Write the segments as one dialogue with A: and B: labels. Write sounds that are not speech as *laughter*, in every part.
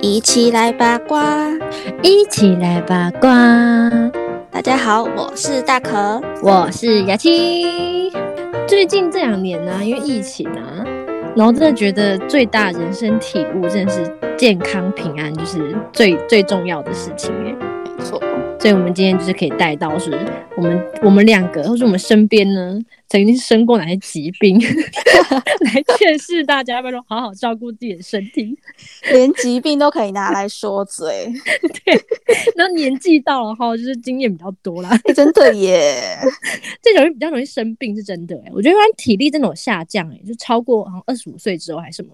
A: 一起来八卦。
B: 一起来八卦。
A: 大家好，我是大可。
B: 我是雅琪。最近这两年呢、因为疫情啊，然后真的觉得最大人生体悟，真的是健康平安，就是最最重要的事情耶。
A: 没错，
B: 所以，我们今天就是可以带到，是我们我们两个，或是我们身边呢，曾经生过哪些疾 *laughs* 病，来劝示大家，拜托好好照顾自己的身体。
A: 连疾病都可以拿来说嘴， *laughs*
B: 那年纪到了哈，就是经验比较多啦，
A: 欸真的耶！
B: 这种人比较容易生病，是真的哎、我觉得一般体力真的有下降哎、就超过好像二十五岁之后还是什么，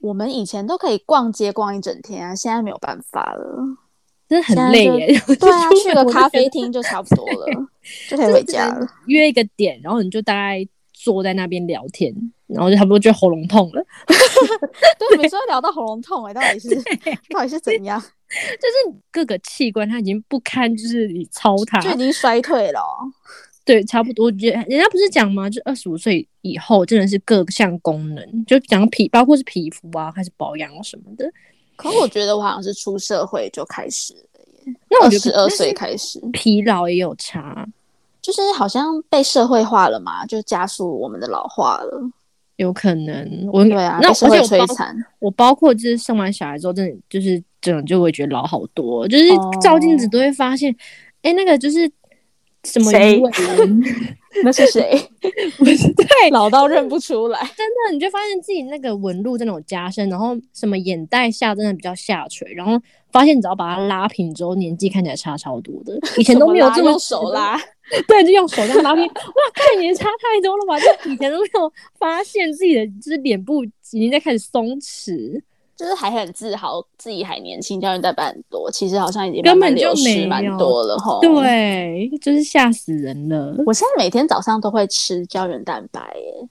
A: 我们以前都可以逛街逛一整天啊，现在没有办法了。
B: 真的很累哎、欸。
A: 对啊，去个咖啡
B: 厅
A: 厅就差不多了， *laughs* 就可以回家了。
B: 约一个点，然后你就大概坐在那边聊天，然后就差不多就喉咙痛了。
A: 对，每次都聊到喉咙痛哎、到 *laughs* 底是到底是怎 *laughs* 样？
B: 就是各个器官它已经不堪，就是你操它，
A: 就已经衰退了哦、
B: 对，差不多。我觉得人家不是讲吗？就二十五岁以后，真的是各项功能，就讲皮，包括是皮肤啊，开始保养啊什么的。
A: 可我觉得我好像是出社会就开始了耶，
B: 那我
A: 二
B: 觉
A: 十
B: 得
A: 二岁开始，
B: 疲劳也有差，
A: 就是好像被社会化了嘛，就加速我们的老化了。
B: 有可能。我
A: 对啊，
B: 那
A: 被社
B: 而
A: 会
B: 且我
A: 摧
B: 包
A: 残。
B: 我包括就是生完小孩之后，真的就是整个就会觉得老好多，就是照镜子
A: 哦
B: 都会发现，哎、那个就是什么
A: 谁
B: 鱼尾纹，
A: *laughs* 那是谁？
B: *laughs*
A: *laughs*
B: 不是对，
A: 老到认不出来。
B: 那你就发现自己那个纹路真的有加深，然后什么眼袋下真的比较下垂，然后发现你只要把它拉平之后，年纪看起来差超多的，以前都没有这
A: 怎么
B: 么
A: 用手
B: 觉
A: 拉，
B: 得，对，就用手这样拉平，哇，看你差太多了吧？就以前都没有发现自己的就是脸部已经在开始松弛，
A: 就是还很自豪自己还年轻，胶原蛋白很多，其实好像已经
B: 根
A: 慢慢
B: 本就
A: 流失
B: 没
A: 蛮
B: 有
A: 多了吼。，
B: 对，就是吓死人了，
A: 我现在每天早上都会吃胶原蛋白耶。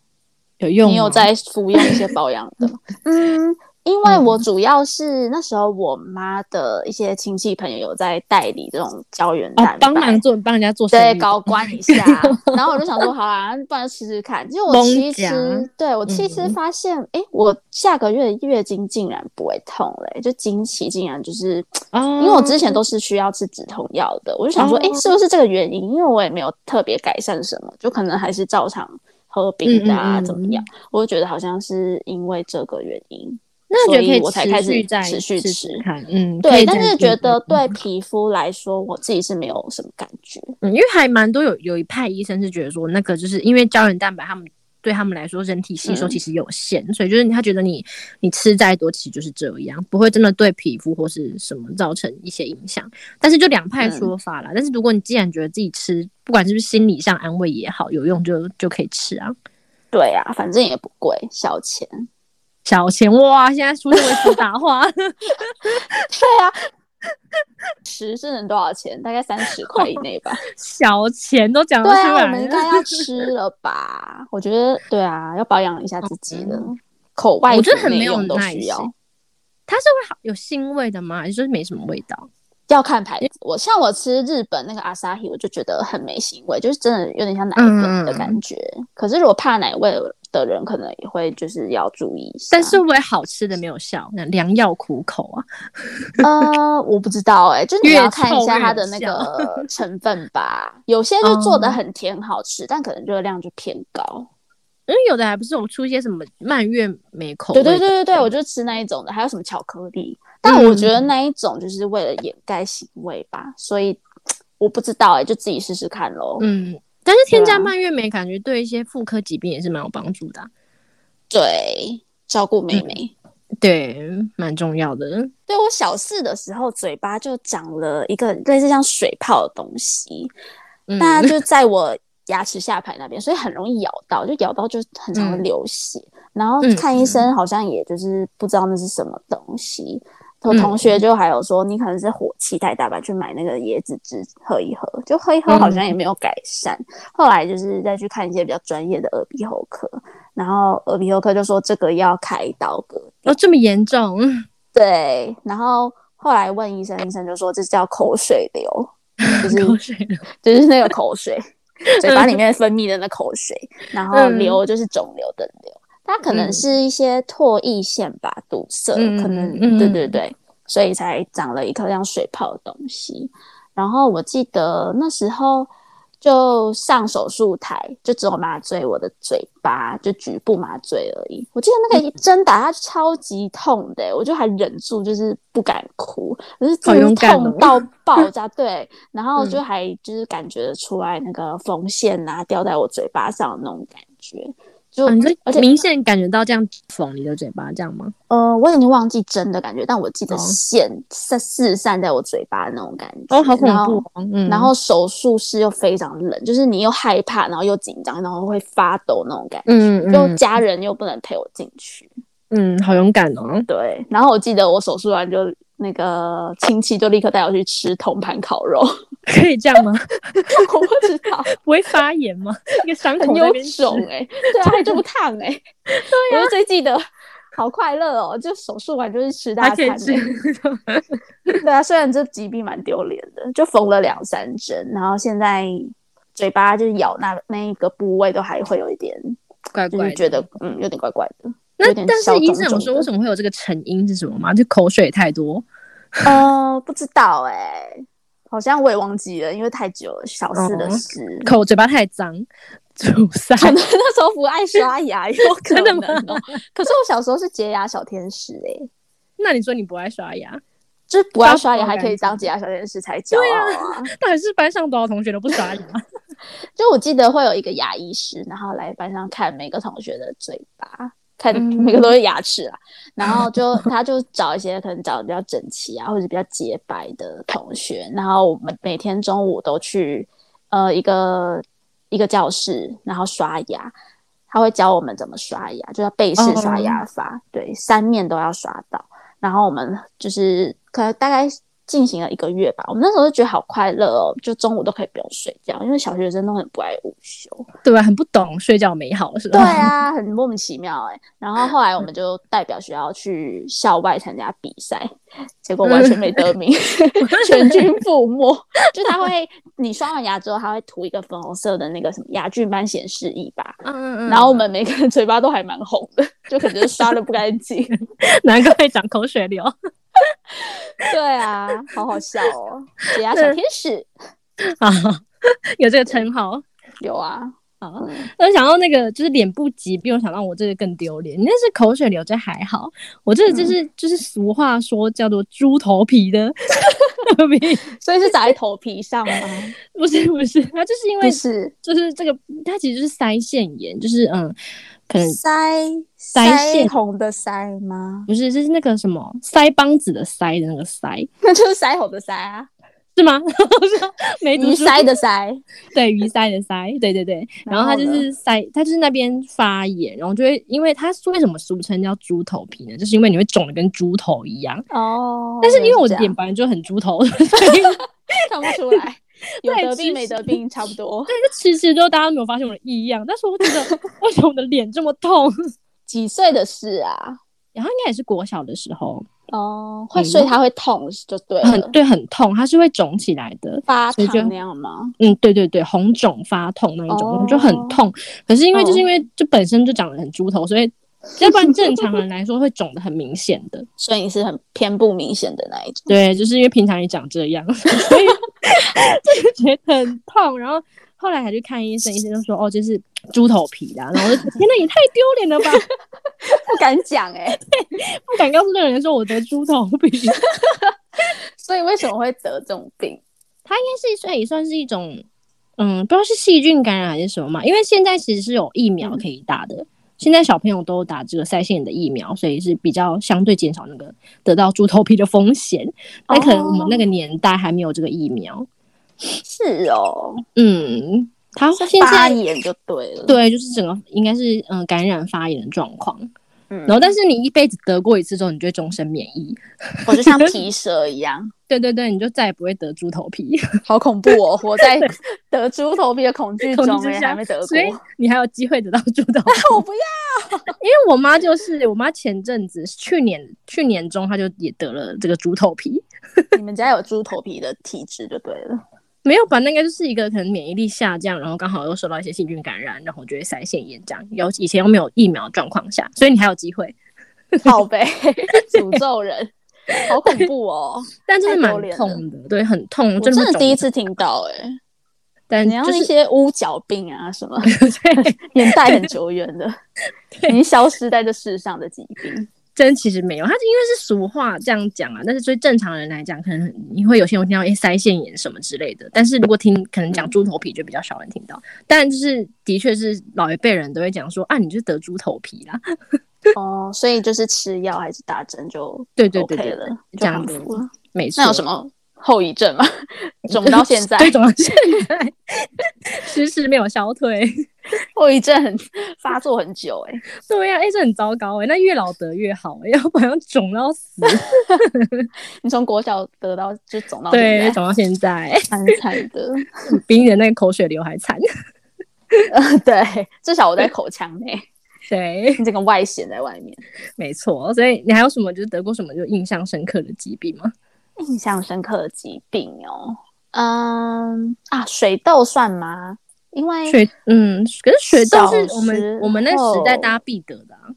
B: 有用吗？
A: 你有在服用一些保养的
B: *laughs*
A: 吗？嗯。因为我主要是那时候我妈的一些亲戚朋友有在代理这种胶原蛋
B: 啊
A: 白，，
B: 帮忙做帮人家做生
A: 对，
B: 意，
A: 高官
B: *laughs*
A: 一下。然后我就想说，好啦，不然试试看。结果我
B: 蒙
A: 吃一
B: 夹
A: 吃，对我吃一吃
B: 嗯
A: 发现，哎、我下个月月经竟然不会痛嘞、就经期竟然就是，
B: 哦，
A: 因为我之前都是需要吃止痛药的，我就想说，哎、
B: 哦
A: 是不是这个原因？因为我也没有特别改善什么，就可能还是照常喝冰的啊，
B: 嗯嗯嗯
A: 怎么样？我就觉得好像是因为这个原因。
B: 那我觉
A: 所以
B: 得
A: 我才
B: 可
A: 开
B: 以
A: 始
B: 持续在
A: 持续
B: 试
A: 吃
B: 试看，嗯，可
A: 对，
B: 以
A: 但
B: 再
A: 是
B: 试
A: 觉
B: 试
A: 得
B: 看
A: 对皮肤来说，我自己是没有什么感觉。
B: 嗯，因为还蛮多有有一派医生是觉得说，那个就是因为胶原蛋白，他们对他们来说身体吸收
A: 嗯
B: 其实有限，所以就是他觉得你你吃再多其实就是这样，不会真的对皮肤或是什么造成一些影响。但是就两派
A: 嗯
B: 说法啦，但是如果你既然觉得自己吃，不管是不是心理上安慰也好，有用就就可以吃啊。
A: 对啊，反正也不贵，小钱。
B: 小钱哇，现在出现为主打
A: *laughs*
B: 话，
A: 吃是能多少钱？大概三十块以内
B: *laughs*
A: 吧。
B: 小钱都讲得
A: 对
B: 出
A: 啊，我
B: 来
A: 们应
B: 了。
A: 该要吃了吧？我觉得对啊，要保养一下自己的、
B: 嗯
A: 口外，
B: 我觉得很没有
A: 都
B: 耐
A: 需要
B: 心。 *laughs* 它是会好有腥味的吗？还是就是没什么味道？
A: 要看牌子，我像我吃日本那个阿萨 i 我就觉得很没腥味，就是真的有点像奶
B: 嗯
A: 粉的感觉。可是如果怕奶味的人，可能也会就是要注意一下。
B: 但是会不会好吃的没有效？那良药苦口啊，
A: 呃，我不知道哎、就是你
B: 越
A: 要看一
B: 臭
A: 下
B: 越嗯
A: 它
B: 有
A: 的那
B: 效 *laughs*
A: 个成分吧。有些就做的很甜好吃，但可能热量就偏高。
B: 因为有的还不是有出一些什么蔓越莓口味
A: 对
B: 的
A: 对对对对，我就吃那一种的，还有什么巧克力，但我
B: 嗯
A: 觉得那一种就是为了掩盖腥味吧，所以我不知道哎、就自己试试看喽。
B: 嗯，但是添
A: 对啊
B: 加蔓越莓感觉对一些妇科疾病也是蛮有帮助的啊、
A: 对，照顾
B: 嗯
A: 妹妹。
B: 对，蛮重要的。
A: 对我小四的时候，嘴巴就长了一个类似像水泡的东西，
B: 嗯，
A: 那就在我牙齿下排那边，所以很容易咬到，就咬到就很常会流血。然后
B: 嗯
A: 看医生好像也就是不知道那是什么东西。我
B: 嗯
A: 同学就还有说，你可能是火气太大吧，去买那个椰子汁喝一喝，就喝一
B: 嗯
A: 喝好像也没有改善。后来就是再去看一些比较专业的耳鼻喉科，然后耳鼻喉科就说这个要开刀割
B: 哦这么严重，嗯
A: 对，然后后来问医生，医生就说这叫口水瘤，
B: *laughs*
A: 就是
B: 口水了。
A: 就是那个口水，嘴巴里面分泌的那口水，然后
B: 嗯
A: 瘤就是肿瘤的瘤，它可能
B: 嗯
A: 是一些唾液腺吧堵塞，
B: 嗯
A: 可能
B: 嗯嗯
A: 对对对。所以才长了一颗像水泡的东西。然后我记得那时候就上手术台，就只有麻醉我的嘴巴，就局部麻醉而已。我记得那
B: 嗯
A: 个一针打它超级痛的、欸我就还忍住，就是不敢哭，可是
B: 好
A: 真
B: 勇
A: 的
B: 敢哦
A: 痛到
B: *laughs*
A: 爆炸，对。然后就
B: 嗯
A: 还就是感觉得出来那个缝线啊掉在我嘴巴上的那种感觉，就、
B: 啊、你就
A: 而且
B: 明显感觉到这样缝你的嘴巴这样吗？
A: 呃，我已经忘记针的感觉，但我记得
B: 哦
A: 线散四散在我嘴巴那种感觉。
B: 哦，好恐
A: 然后
B: 怖、哦！嗯，
A: 然后手术室又非常冷，就是你又害怕，然后又紧张，然后会发抖那种感觉。
B: 嗯嗯
A: 就
B: 嗯
A: 家人又不能陪我进去，
B: 嗯，好勇敢哦！
A: 对。然后我记得我手术完就那个亲戚就立刻带我去吃铜盘烤肉，
B: *laughs*
A: *laughs*
B: 可以这样吗？ *laughs*
A: 我不知道，
B: 不会发炎吗？ *laughs* 一个伤
A: 很
B: 口在
A: 有
B: 那边吃
A: 种
B: *laughs*
A: 哎、对啊，就不烫哎、
B: 啊
A: 对、我就最记得好快乐哦，就手术完就是吃大
B: 还可
A: 餐、
B: 以
A: 欸，
B: 吃。 *laughs*
A: 对啊，虽然这疾病蛮丢脸的，就缝了两三针，然后现在嘴巴就是咬那那一个部位都还会有一点，
B: 怪
A: 就
B: 怪
A: 是
B: 的
A: 觉得嗯有点怪怪的。
B: 那
A: 有点
B: 但
A: 小
B: 是医
A: 肿
B: 生有
A: 肿
B: 说
A: 的
B: 为什么会有这个成因是什么吗？就口水太多。
A: 呃，不知道哎、好像我也忘记了，因为太久了，小事的
B: 哦
A: 事。
B: 口嘴巴太脏，阻塞。
A: 可能那时候不爱刷牙，有可
B: *laughs* 真的
A: 能
B: 吗
A: 哦、可是我小时候是洁牙小天使哎、
B: 那你说你不爱刷牙，
A: 就是不爱
B: 刷
A: 刷牙
B: 口
A: 还可
B: 感
A: 以
B: 觉
A: 当洁牙小天使才骄傲啊！
B: 到底是班上多少同学都不刷牙？
A: *laughs* 就我记得会有一个牙医师，然后来班上看每个同学的嘴巴，看
B: 嗯
A: 每个都是牙齿啊，然后就他就找一些可能找比较整齐啊，或者比较洁白的同学，然后我们每天中午都去呃一个一个教室，然后刷牙。他会教我们怎么刷牙，就要背式刷牙法对，三面都要刷到。然后我们就是可能大概进行了一个月吧，我们那时候就觉得好快乐哦，就中午都可以不用睡觉，因为小学生都很不爱午休。
B: 对吧？很不懂睡觉美好是吧？
A: 对啊，很莫名其妙哎、然后后来我们就代表学校去校外参加比赛，结果完全没得名， *laughs* 全军覆没。 *laughs* 就他会，你刷完牙之后，他会涂一个粉红色的那个什么牙菌斑显示液吧。
B: *laughs* 嗯嗯嗯。
A: 然后我们每个人嘴巴都还蛮红 *laughs* 的，就可能就是刷的不干净。
B: *laughs*
A: *laughs*
B: 难怪会长口水流。 *laughs*
A: 对啊，好好笑哦！解压小天使
B: 啊， *laughs* 有这个称号。
A: 有啊，
B: 啊，那想到那个就是脸部疾病，我想到我这个更丢脸。你那是口水流，这还好，我这个
A: 嗯
B: 就是、就是俗话说叫做猪头
A: *laughs*
B: 皮的 *laughs* 病，
A: 所以是长在头皮上吗？
B: 不是不是，它就是因为
A: 不是，
B: 就是这个，它其实就是腮腺炎，就是嗯，可能
A: 腮
B: 腮腺
A: 腮红的腮吗？
B: 不是，就是那个什么腮帮子的腮的那个腮，
A: 那就是腮红的腮啊，
B: 是吗？ *laughs* 我说没读
A: 鱼
B: 书
A: 腮的 *laughs* 腮。
B: 对鱼鳃的鳃，对对对，然后它
A: 然后
B: 就
A: 呢
B: 是鳃，它就是那边发炎，然后就会，因为它为什么俗称叫猪头皮呢？就是因为你会肿的跟猪头一样。
A: 哦，
B: 但是因为我
A: 这样
B: 脸本来就很猪头， *laughs* 所以
A: 看不出 *laughs* 来，有
B: 对
A: 得
B: 其
A: 病没
B: 实
A: 得病差不多，
B: 但是吃吃之后大家都没有发现我的异样，但是我觉
A: *laughs*
B: 得为什么我的脸这么痛？
A: 几岁的事啊？
B: 然后应该也是国小的时候，
A: 哦，会
B: 嗯
A: 所以它会痛就对
B: 很
A: 了，
B: 对很痛，它是会肿起来的。
A: 发
B: 所以就
A: 烫那样吗？
B: 嗯，对对对，红肿发痛那一种，
A: 哦
B: 就很痛。可是因为
A: 嗯
B: 就是因为就本身就长得很猪头，所以要不然正常人来说会肿的很明显的。
A: 所以你是很偏不明显的那一种。
B: 对，就是因为平常也长这样， *laughs* 所以就觉得很痛。然后后来还去看医生，医生就说：“哦，这是猪头皮啦。”然后我就觉得天哪，也太丢脸了吧！
A: 不敢讲哎、
B: 不 *laughs* 敢告诉任何人说我得猪头 *laughs* 皮。它
A: 所以为什么会得这种病？
B: 应该是算也算是一种，嗯，不知道是细菌感染还是什么嘛。因为现在其实是有疫苗可以打的，现在小朋友都打这个腮腺炎的疫苗，所以是比较相对减少那个得到猪头皮的风险。但可能我们那个年代还没有这个疫苗。
A: *laughs* 是哦，
B: 嗯，它现
A: 发
B: 在
A: 炎就对了。，
B: 对，就是整个应该是嗯、呃感染发炎的状况。
A: 嗯
B: 然后，但是你一辈子得过一次之后，你就会终身免疫。
A: 我就像皮蛇一样，
B: 对对对，你就再也不会得猪头皮，
A: *laughs* 好恐怖哦！活在得猪头皮的 *laughs* 恐惧
B: 恐
A: 中
B: 惧之
A: 哎、
B: 下
A: 还没得过
B: 所。以你还有机会得到猪
A: *laughs*
B: 头皮。
A: 我不要，
B: 因为我妈就是我妈前阵子去年去年中她就也得了这个猪头皮，
A: 你们家有猪头皮的体质就对 *laughs* 了。
B: 没有吧？那应该就是一个可能免疫力下降，然后刚好又受到一些细菌感染，然后就会腮腺炎这样。有以前又没有疫苗的状况下，所以你还有机会。
A: 好呗，诅咒人。好恐怖哦！
B: 但真的
A: 太
B: 蛮
A: 丢脸了
B: 痛的，对，很痛，
A: *laughs* 我
B: 真
A: 真
B: 的
A: 的
B: 不懂
A: 第一，次听到哎、欸，
B: 但
A: 你要
B: 就
A: 那
B: 是
A: 些乌角病啊什么，
B: *laughs* 对，
A: 年代很久远
B: *laughs*
A: 的，已经消失在这世上的疾病。
B: 真其实没有，它因为是俗话这样讲啊，但是对正常人来讲，可能你会有些人听到诶腮腺炎什么之类的，但是如果听可能讲猪头皮就比较少人听到，但就是的确是老一辈人都会讲说啊，你就得猪头皮啦，
A: 哦，所以就是吃药还是打针就
B: 对对
A: OK
B: 对对
A: 了，
B: 这
A: 就
B: 样
A: 康
B: 子
A: 复了。
B: 没错。
A: 那有什么后遗
B: *laughs*
A: 症吗？肿到现在，
B: 对，肿到现在， *laughs* 迟迟没有消退。
A: 后遗症很发作很久哎、欸，
B: 对呀、啊，哎、这很糟糕哎、那越老得越好、欸，要不然要肿到死。
A: 你从国小得到就肿到
B: 对，
A: 现在，
B: 肿到现在， *laughs*
A: 蛮惨的。 *laughs*
B: 比你的那个口水流还惨。 *laughs*
A: 呃，对，至少我在口腔内，
B: 对，
A: 你整个外显在外面。
B: 没错。所以你还有什么就是得过什么就印象深刻的疾病吗？
A: 印象深刻的疾病哦，嗯啊，水痘算吗？因为
B: 水，嗯，可是水痘是
A: 小
B: 我们
A: 时
B: 我们那个时代
A: 候
B: 大家必得的啊。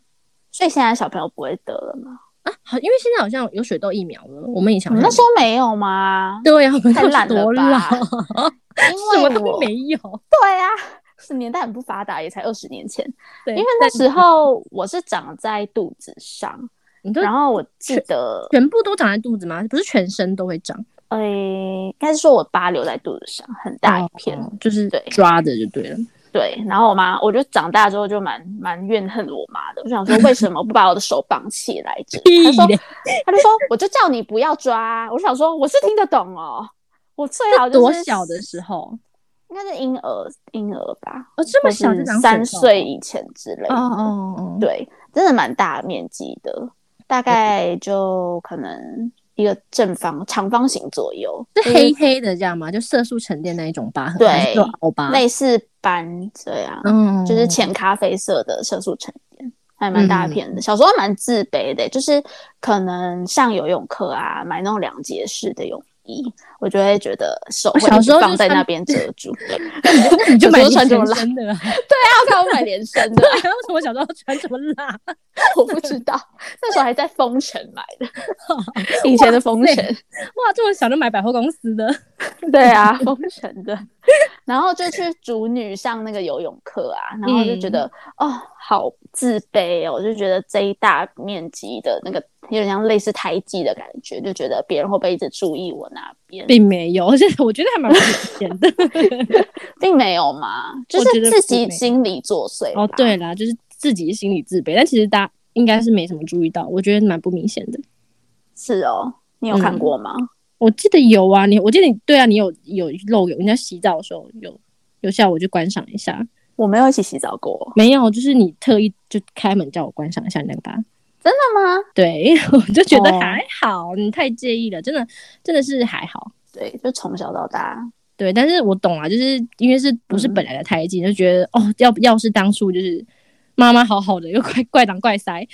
A: 所以现在小朋友不会得了吗？
B: 啊，好，因为现在好像有水痘疫苗了，我们以前
A: 你
B: 好
A: 们嗯那
B: 像
A: 时候没有
B: *laughs*
A: 吗？
B: 对呀、啊，我们
A: 太
B: 到底
A: 烂了
B: 多老 *laughs*
A: 吧
B: 啊，
A: 因
B: 什
A: 为
B: 么
A: 我
B: 都没有。
A: 对啊，是年代很不发达，也才二十年前。
B: 对，
A: 因为那
B: 但
A: 时候我是长在肚子上，
B: 你都
A: 然后我记得，
B: 全部都长在肚子吗？不是全身都会长，
A: 诶、应该是说我疤留在肚子上，很大一片。
B: 哦就是
A: 对
B: 抓的就对了。
A: 对，然后我妈，我就长大之后就蛮蛮怨恨我妈的。我想说，为什么不把我的手绑起来之类的？她
B: 屁
A: 说
B: 咧，
A: 她就说，我就叫你不要抓。我想说，我是听得懂哦。我最好就是
B: 多小的，时候？
A: 应该是婴儿婴儿吧，
B: 哦，这么小就长
A: 三
B: 水痘
A: 岁以前之类的。
B: 哦哦哦，哦，
A: 对，真的蛮大面积的，大概就可能一个正方长方形左
B: *laughs*
A: 右，
B: 是黑黑的这样吗？就色素沉淀那一种疤痕，
A: 对
B: 还是说凹疤，
A: 类似斑这样，
B: 嗯，
A: 就是浅咖啡色的色素沉淀，还蛮
B: 嗯
A: 大片的。小时候蛮自卑的，就是可能上游泳课啊，买那种两节式的泳衣，我就会觉得手
B: 我
A: 会
B: 小时候就
A: 放在
B: 穿
A: 那边遮住。对
B: 那你就买
A: 小时候穿这么
B: 全
A: 辣
B: 身的啊，
A: 啊，看我买连身的，
B: 对啊， *laughs* 为什么小时候穿这么辣？
A: 我不知道，那时候还在丰城买的，
B: *laughs*
A: 以前的丰
B: 哇塞
A: 城。 *laughs*
B: 哇，这么小就买百货公司的， *laughs*
A: 对啊，封城的，然后就去主女上那个游泳课啊，然后就觉得、
B: 嗯
A: 哦，好自卑哦，我就觉得这一大面积的那个有点像类似胎记的感觉，就觉得别人会不会一直注意我那边，
B: 并没有，而且我觉得还蛮危险的。
A: 并没有嘛，就
B: 觉得
A: 是自己
B: 并没有
A: 心理作祟
B: *laughs* 哦
A: 吧，
B: 对啦，就是自己心理自卑，但其实大家应该是没什么注意到，我觉得蛮不明显的。
A: 是哦，你有看
B: 嗯
A: 过吗？
B: 我记得有啊，你我记得你对啊，你有有漏油，你在洗澡的时候有有下，我就观赏一下。
A: 我没有一起洗澡过，
B: 没有，就是你特意就开门叫我观赏一下那个吧。
A: 真的吗？
B: 对， *laughs* 我就觉得
A: 哦
B: 还好，你太介意了，真的真的是还好。
A: 对，就从小到大，
B: 对，但是我懂啊，就是因为是不是
A: 嗯
B: 本来的胎记，就觉得哦，要要是当初就是妈妈好好的，又怪怪挡怪塞，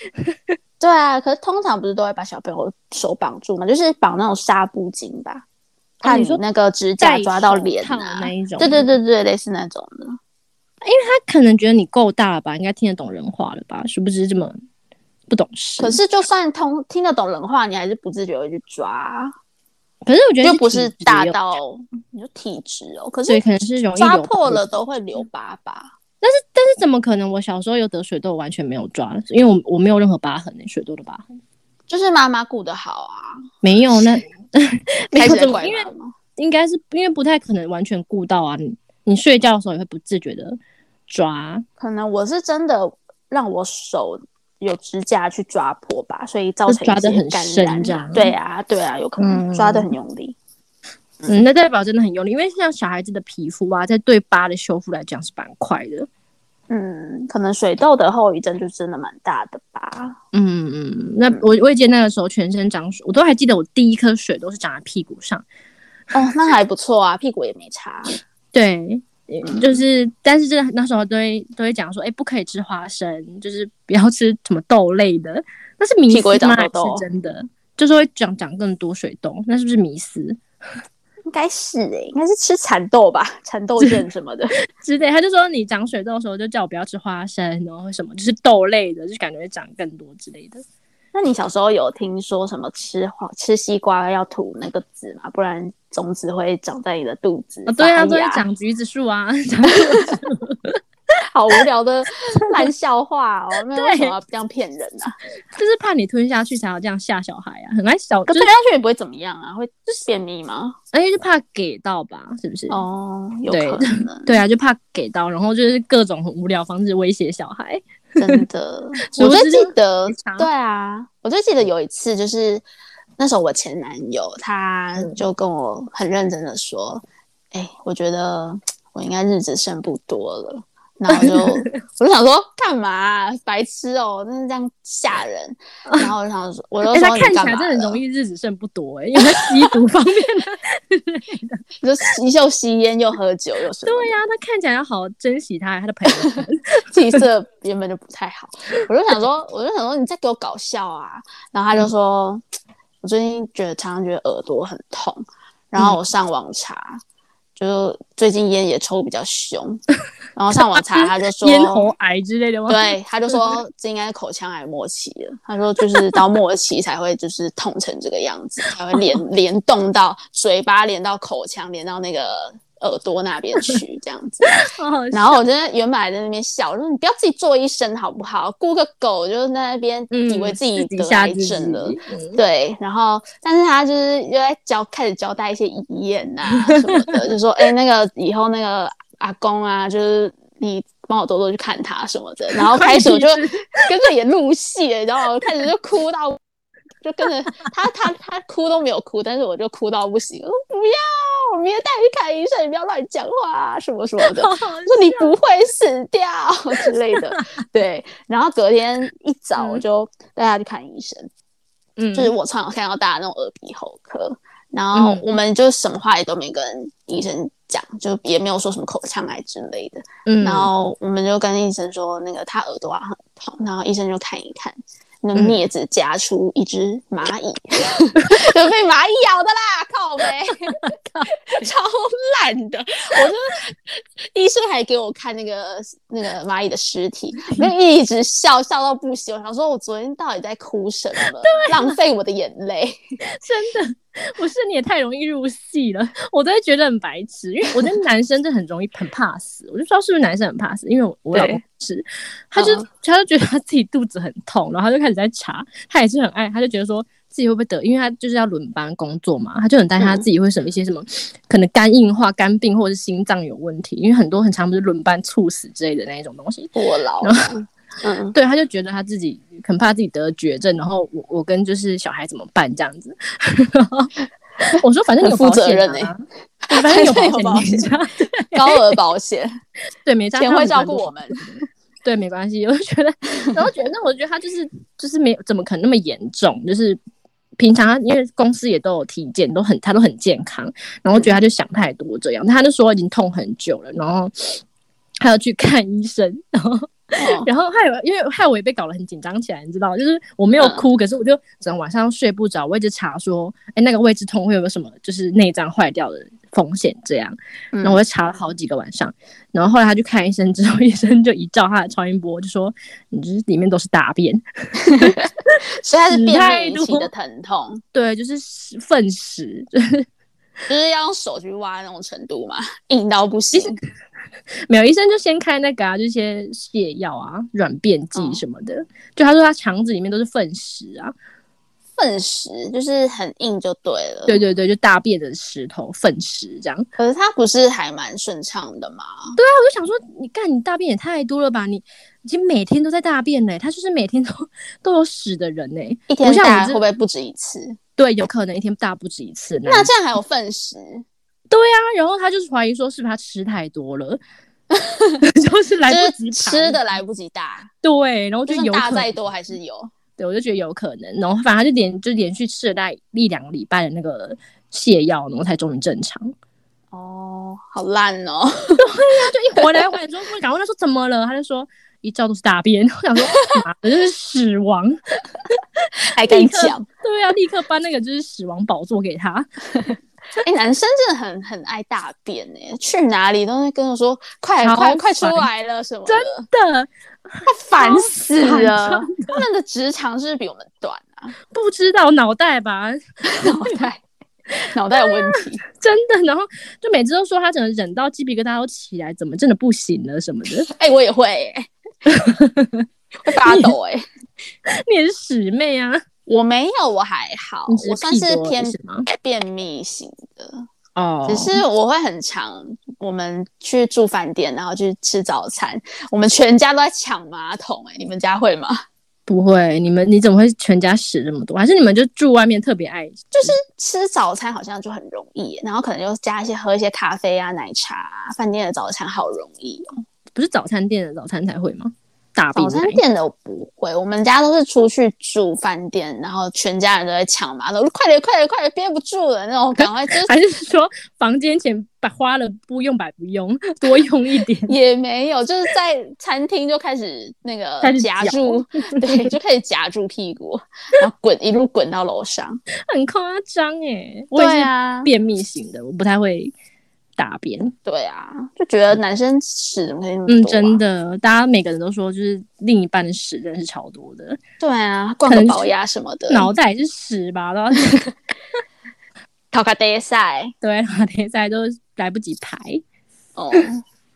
A: 对啊，可是通常不是都会把小朋友手绑住嘛，就是绑那种纱布巾吧，怕
B: 哦你
A: 你
B: 说
A: 那个指甲
B: 戴
A: 抓到
B: 手
A: 脸
B: 套
A: 啊。
B: 那一种。
A: 对对，对对，类似那种的。
B: 他可能觉得你够大了吧，应该听得懂人话了吧，殊不知这么不懂事。
A: 可是就算通听得懂人话，你还是不自觉会去抓，
B: 可是我觉得
A: 就不
B: 体
A: 是
B: 质
A: 大
B: 有
A: 到你就体质哦。可
B: 对，
A: 是
B: 可能是容易
A: 抓
B: 有嗯
A: 破了
B: 这
A: 都会留疤吧？
B: 怎么可能？我小时候有得水痘，我完全没有抓，因为我我没有任何疤痕、欸，水痘的疤痕
A: 就是妈妈顾得好啊，
B: 没有。那 *laughs* 没
A: 开
B: 有
A: 始在
B: 怎么？
A: 怪啊
B: 因为
A: 妈妈。
B: 应该是因为不太可能完全顾到啊。你你睡觉的时候也会不自觉的抓，
A: 可能我是真的让我手有指甲去抓破吧，所以造
B: 就
A: 成
B: 抓
A: 一
B: 得
A: 些
B: 很
A: 感
B: 深
A: 染
B: 这样
A: 对啊，对啊，有可能、
B: 嗯
A: 抓得很用力。
B: 嗯，那代表真的很用力，因为像小孩子的皮肤啊，在对疤的修复来讲是蛮快的。
A: 嗯，可能水痘的后遗症就真的蛮大的吧。
B: 嗯嗯，那我我也记得那个时候全身长水，我都还记得我第一颗水都是长在屁股上。
A: 哦，那还不错啊，屁股也没擦。
B: 对，嗯就是，但是真的那时候都会都会讲说，哎、不可以吃花生，就是不要吃什么豆类的。那是迷
A: 屁股会
B: 思
A: 长
B: 吗？
A: 痘哦痘
B: 还是真的？就是会长长更多水痘，那是不是迷思
A: 应该是诶、应该是吃蚕豆吧，蚕豆卷什么的。 *laughs*
B: 之类？他就说你长水痘的时候就叫我不要吃花生，然后什么就是豆类的，就感觉会长更多之类的。
A: 那你小时候有听说什么吃黄吃西瓜要吐那个籽吗？不然种子会长在你的肚子。
B: 哦，对啊，
A: 发
B: 对
A: 芽
B: 啊，长橘子树啊， *laughs* 长橘子树
A: 好无聊的 *laughs* 烂笑话哦，那为什么要这样骗人啊？
B: 就是怕你吞下去才要这样吓小孩啊，很爱小，
A: 可
B: 就
A: 吞
B: 是
A: 下去也不会怎么样啊，会便秘吗？
B: 而且就怕给到吧，是不是？
A: 哦，有
B: 对
A: 可能，
B: 对啊，就怕给到，然后就是各种很无聊方式威胁小孩。。
A: 真的
B: *laughs*
A: 我
B: 殊不
A: 最
B: 知
A: 记得
B: 没差，
A: 对啊，我最记得有一次，就是那时候我前男友，他
B: 嗯
A: 就跟我很认真的说：“哎、我觉得我应该日子剩不多
B: *laughs*
A: 了。”然后我就我就想说干嘛啊、白痴哦、真是这样吓人。然后我就想说，我就
B: 哎、
A: 说
B: 他
A: 你
B: 看起
A: 干
B: 来
A: 嘛
B: 真的很
A: 了
B: 容易日子剩不多哎、因为他吸毒方面 *laughs* 的。
A: 就是又吸烟又喝酒又什么的，
B: 对呀、啊他看起来要好好珍惜他他的朋友圈。
A: 气色原本就不太好，我就想说，我就想说你在给我搞笑啊，然后他就说，我最近觉得常常觉得耳朵很痛，然后我上网查，就最近烟也抽比较凶，然后 *laughs* 上网查他就说，
B: 咽喉癌之类的吗？
A: 对，他就说这应该是口腔癌末期了。他说就是到末期才会就是痛成这个样子，才会连联动到嘴巴，连到口腔，连到那个耳朵那边去这样子。
B: *laughs* 好 *laughs* 好笑
A: 然后我真的原本还在那边笑，我说你不要自己做医生好不好？雇个狗就是在那边
B: 嗯，
A: 以为自己
B: 己
A: 得
B: 吓
A: 癌
B: 自己
A: 症了。
B: 嗯
A: 对，然后但是他就是又在教开始交代一些遗言呐、什么的，就说哎、那个以后那个阿公啊，就是你帮我多多去看他什么的。然后开始
B: *laughs*
A: 我就
B: 关于
A: 跟着也入戏了，然后我开始就哭到，就跟着他他他哭都没有哭，但是我就哭到不行，我说不要，我明天带你去看医生，你不要乱讲话啊什么什么的。
B: 好好
A: 说你不会死掉之类
B: *laughs*
A: 的，对。然后隔天一早我
B: 嗯
A: 就带他去看医生，*laughs*
B: 嗯
A: 就是我从小看到大的那种耳鼻喉科，然后
B: 嗯
A: 我们就什么话也都没跟医生讲，就也没有说什么口腔癌之类的。
B: 嗯
A: 然后我们就跟医生说，那个他耳朵啊很痛，然后医生就看一看，那
B: 嗯
A: 镊子夹出一只蚂
B: *laughs*
A: 蚁，就被蚂蚁咬的啦，靠呗，超烂的。我就是医生还给我看那个那个蚂蚁的尸体，
B: *laughs*
A: 我就一直笑笑到不行。我想说，我昨天到底在哭什
B: *laughs*
A: 么？
B: 啊
A: 浪费我的眼泪。
B: 真的。 *laughs* 不是你也太容易入戏了，我都会觉得很白痴，因为我觉得男生真的很容易很怕死， *laughs* 我就不知道是不是男生很怕死，因为我我
A: 对
B: 老公是，他就、
A: 嗯
B: 他就觉得他自己肚子很痛，然后他就开始在查，他也是很爱，他就觉得说自己会不会得，因为他就是要轮班工作嘛，他就很担心他
A: 嗯
B: 自己会什么一些什么、可能肝硬化、肝病或者是心脏有问题，因为很多很常不是轮班猝死之类的那一种东西，
A: 我
B: *laughs*
A: 老
B: 然
A: 了，嗯，
B: 对，他就觉得他自己很怕自己得了绝症，然后我我跟就是小孩怎么办这样子。 *laughs* 我说反正你有
A: 很负
B: 保
A: 责
B: 险、啊，
A: 任欸
B: 对反正你有
A: *laughs* 有
B: 保
A: 保
B: 险，你没差
A: 高额保
B: *laughs*
A: 险
B: 对，没差，
A: 钱
B: 他
A: 会
B: 很
A: 照
B: 蛮
A: 顾
B: 多
A: 我
B: 保
A: 们。
B: 对，没关系。我就觉得，然后觉得，那我觉得他就是就是没有怎么可能那么严重，就是平常他因为公司也都有体检，都很他都很健康，然后觉得他就想太多这样，他就说已经痛很久了，然后他要去看医生，然后
A: 哦
B: 然后害我，因为害我也被搞得很紧张起来，你知道，就是我没有
A: 嗯
B: 哭，可是我就整个晚上睡不着，我一直查说，哎，那个位置痛会有没有什么就是内脏坏掉的风险这样，
A: 嗯
B: 然后我就查了好几个晚上，然后后来他去看医生之后，医 *laughs* 生就一照他的超音波，就说你就是里面都是大便，
A: 所以它是
B: 屎
A: 便
B: 太
A: 秘引起
B: 多
A: 的疼痛，
B: 对，就是屎粪屎，就是
A: 就是要用手去挖那种程度嘛， *laughs* 硬到不行。
B: 没有医生就先开那个啊，就一些泻药啊、软便剂
A: 嗯
B: 什么的，就他说他肠子里面都是粪屎啊，
A: 粪石就是很硬就对了。
B: 对，对对，就大便的石头粪石这样。
A: 可是它不是还蛮顺畅的吗？
B: 我就想说，你干你大便也太多了吧？你已经每天都在大便嘞、欸他就是每天都都有屎的人呢、
A: 一天
B: 不像我
A: 大
B: 这
A: 会不会不止一次？
B: 对，有可能一天大不止一次呢。
A: 那这样还有粪石，
B: 啊，然后他就是怀疑说是不是他吃太多了， *laughs* 就是来不
A: 就
B: 及
A: 是
B: 排
A: 吃的来不及大，
B: 对，然后
A: 就
B: 有
A: 算
B: 可
A: 大
B: 能
A: 再多还是有。
B: 对，我就觉得有可能，然后反正他就连就连续吃了大概一两个礼拜的那个泻药，然后才终于正常。
A: 哦，好烂哦！
B: *laughs* 他啊就一回来，我想说，我想问他说怎么了，他就说一照都是大便， *laughs* 我想说妈的，就是死亡。
A: 还敢讲？
B: 对啊，立刻搬那个就是死亡宝座给他。
A: *laughs* 哎、男生真的很很爱大便哎、去哪里都会跟我说快
B: 超
A: 快快出
B: 烦
A: 来了什么的，
B: 的，
A: 太烦死
B: 超烦
A: *laughs* 了！他们的职长是不是比我们短啊？
B: 不知道脑袋吧，
A: 脑袋 *laughs* 脑袋有问题，
B: 真的。然后就每次都说他只能忍到鸡皮疙瘩都起来，怎么真的不行了什么的。
A: *laughs* 哎、我也会、 *laughs* 欸，会发抖哎、
B: 你也是屎妹啊，
A: 我没有，我还好
B: 你只，
A: 哦我算是
B: 屁多而已
A: 偏
B: 是吗？
A: 便秘型的，
B: 哦，
A: 只是我会很常我们去住饭店，然后去吃早餐，我们全家都在抢马桶、哎，你们家会吗？
B: 不会，你们你怎么会全家屎这么多？还是你们就住外面特别爱？就是
A: 吃早餐好像就很容易，然后可能就加一些喝一些咖啡啊、奶茶啊、饭店的早餐好容易哦。
B: 不是早餐店的早餐才会吗？大饼
A: 早餐
B: 奶
A: 店的我不会，我们家都是出去住饭店，然后全家人都在抢马桶，快点、快点、快点，憋不住了那种，赶快就是。
B: *laughs* 还是说房间钱把花了不用白不用，多用一点 *laughs*
A: 也没有，就是在餐厅就开始那个
B: 开始
A: 夹
B: 嚼
A: 住， *laughs* 对，就开始夹住屁股，然后滚一路滚到楼上。
B: 很夸张哎！我也
A: 对
B: 是
A: 啊，
B: 便秘型的，我不太会大便。
A: 对啊，就觉得男生屎怎么可以那么多、啊
B: 嗯，真
A: 的。
B: 的，大家每个人都说，就是另一半的屎真的是超多的，
A: 对啊，灌
B: 可
A: 个
B: 能
A: 保
B: 是
A: 压什么的，
B: 脑袋也是屎吧，然后
A: 淘卡杯赛
B: *laughs* 对，然后天塞都来不及排。 *laughs*
A: 哦。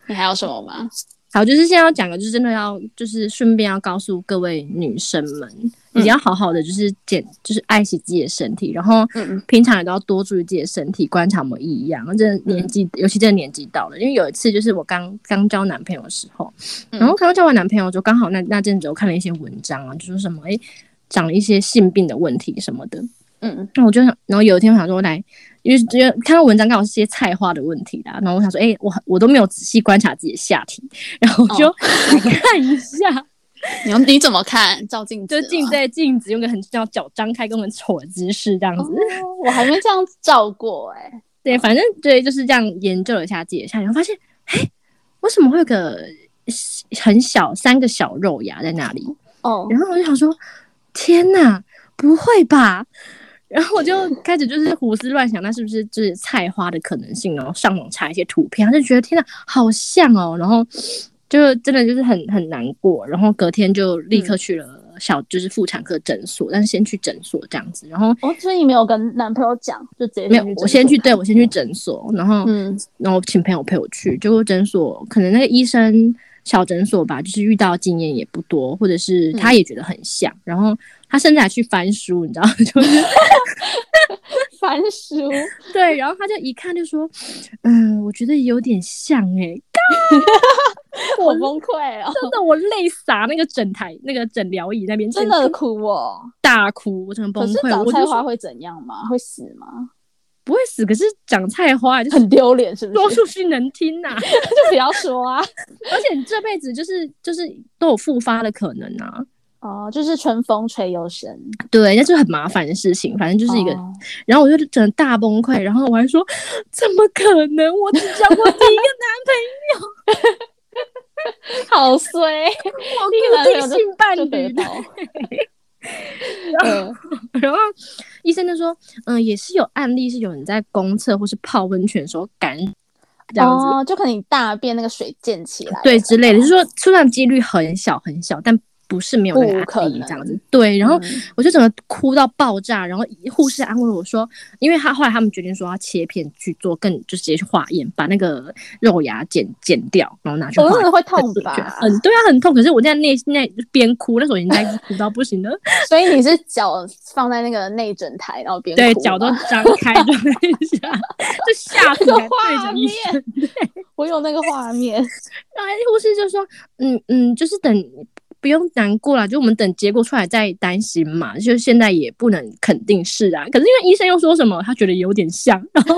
A: 你还有什么吗？
B: 好，就是现在要讲的，就是真的要，就是顺便要告诉各位女生们，
A: 嗯
B: 你要好好的，就是检，就是爱惜自己的身体，然后
A: 嗯
B: 平常也都要多注意自己的身体，观察有没有异样。这年纪，
A: 嗯
B: 尤其这个年纪到了，因为有一次就是我刚刚交男朋友的时候，
A: 嗯
B: 然后刚交完男朋友就刚好那那阵子我看了一些文章啊，就说什么诶，长了一些性病的问题什么的，
A: 嗯
B: 那我就想，然后有一天我想说来，因为因为看到文章刚好是些菜花的问题啦，然后我想说，哎、我我都没有仔细观察自己的下体，然后我就 *laughs* 来看一下，
A: 你们你怎么看？照镜子哦
B: 就
A: 吗，
B: 镜在镜子用个很像脚张开跟我很丑的姿势这样
A: 哦
B: 子，
A: 我还没这样照过哎、
B: 对，反正对就是这样研究了一下自己的下体，然后发现，哎、为什么会有个很小三个小肉芽在那里？
A: 哦，
B: 然后我就想说，天哪，不会吧？然后我就开始就是胡思乱想，那是不是就是菜花的可能性？然后上网查一些图片，然后就觉得天哪，好像哦。然后就真的就是很很难过。然后隔天就立刻去了小、就是妇产科诊所，但是先去诊所这样子。然后
A: 哦，所以你没有跟男朋友讲，就直接
B: 没有，我先去，
A: 诊
B: 对我先去诊所，然后
A: 所嗯
B: 然后我请朋友陪我去，结果诊所可能那个医生小诊所吧，就是遇到经验也不多，或者
A: 嗯
B: 是他也觉得很像，然后他甚至还去翻书，你知道，就是
A: 翻书，
B: *laughs* 对，然后他就一看就说，嗯，我觉得有点像哎、
A: 我崩溃哦，
B: 真的我累傻那个诊台那个诊疗椅那边，
A: 真的哭哦。
B: 大哭，我真的崩
A: 可是
B: 溃，
A: 长
B: 我就
A: 菜
B: 说
A: 花会怎样吗？会死吗？
B: 不会死，可是长菜花就是 *laughs*
A: 很丢脸是不
B: 说
A: 是？
B: 出去能听
A: *laughs*
B: 呐、
A: 就不要说啊。
B: 而且你这辈子就是就是都有复发的可能啊，
A: 哦，就是春风吹又生，
B: 对，那就是很麻烦的事情，反正就是一个
A: 哦
B: 然后我就整个大崩溃，然后我还说怎么可能？我只交过第
A: *laughs*
B: 一个
A: 好衰，
B: 男朋友，我固定性伴
A: 就得
B: 侣
A: 到
B: *laughs* 的。。
A: 嗯
B: 然后医生就说，嗯、也是有案例是有人在公厕或是泡温泉的时候感染这样子，
A: 哦，就可能你大便那个水溅起来，
B: 对之类的，就是说虽然几率很小很小，但不是没有那
A: 不
B: 个
A: 可
B: 案例
A: 能
B: 这样子。对，然后
A: 嗯
B: 我就整个哭到爆炸，然后护士安慰我说，因为他后来他们决定说要切片去做更，就直接去化验，把那个肉芽剪剪掉，然后拿去化
A: 我真
B: 验
A: 的。会痛
B: 对
A: 吧？
B: 很对啊，很痛。可是我在内内边哭，那时候已经在哭到
A: *laughs*
B: 不行了，
A: 所以你是脚放在那个内诊台，然后边
B: 对，
A: 哭啊
B: 脚都 *laughs*
A: 吗
B: 张开了一下， *laughs* 就吓死，还对着医生。
A: *laughs* 我有那个画面，
B: 然后护士就说：“嗯嗯，就是等，不用难过啦，就我们等结果出来再担心嘛。就现在也不能肯定是啊。可是因为医生又说什么，他觉得有点像， *laughs* 然后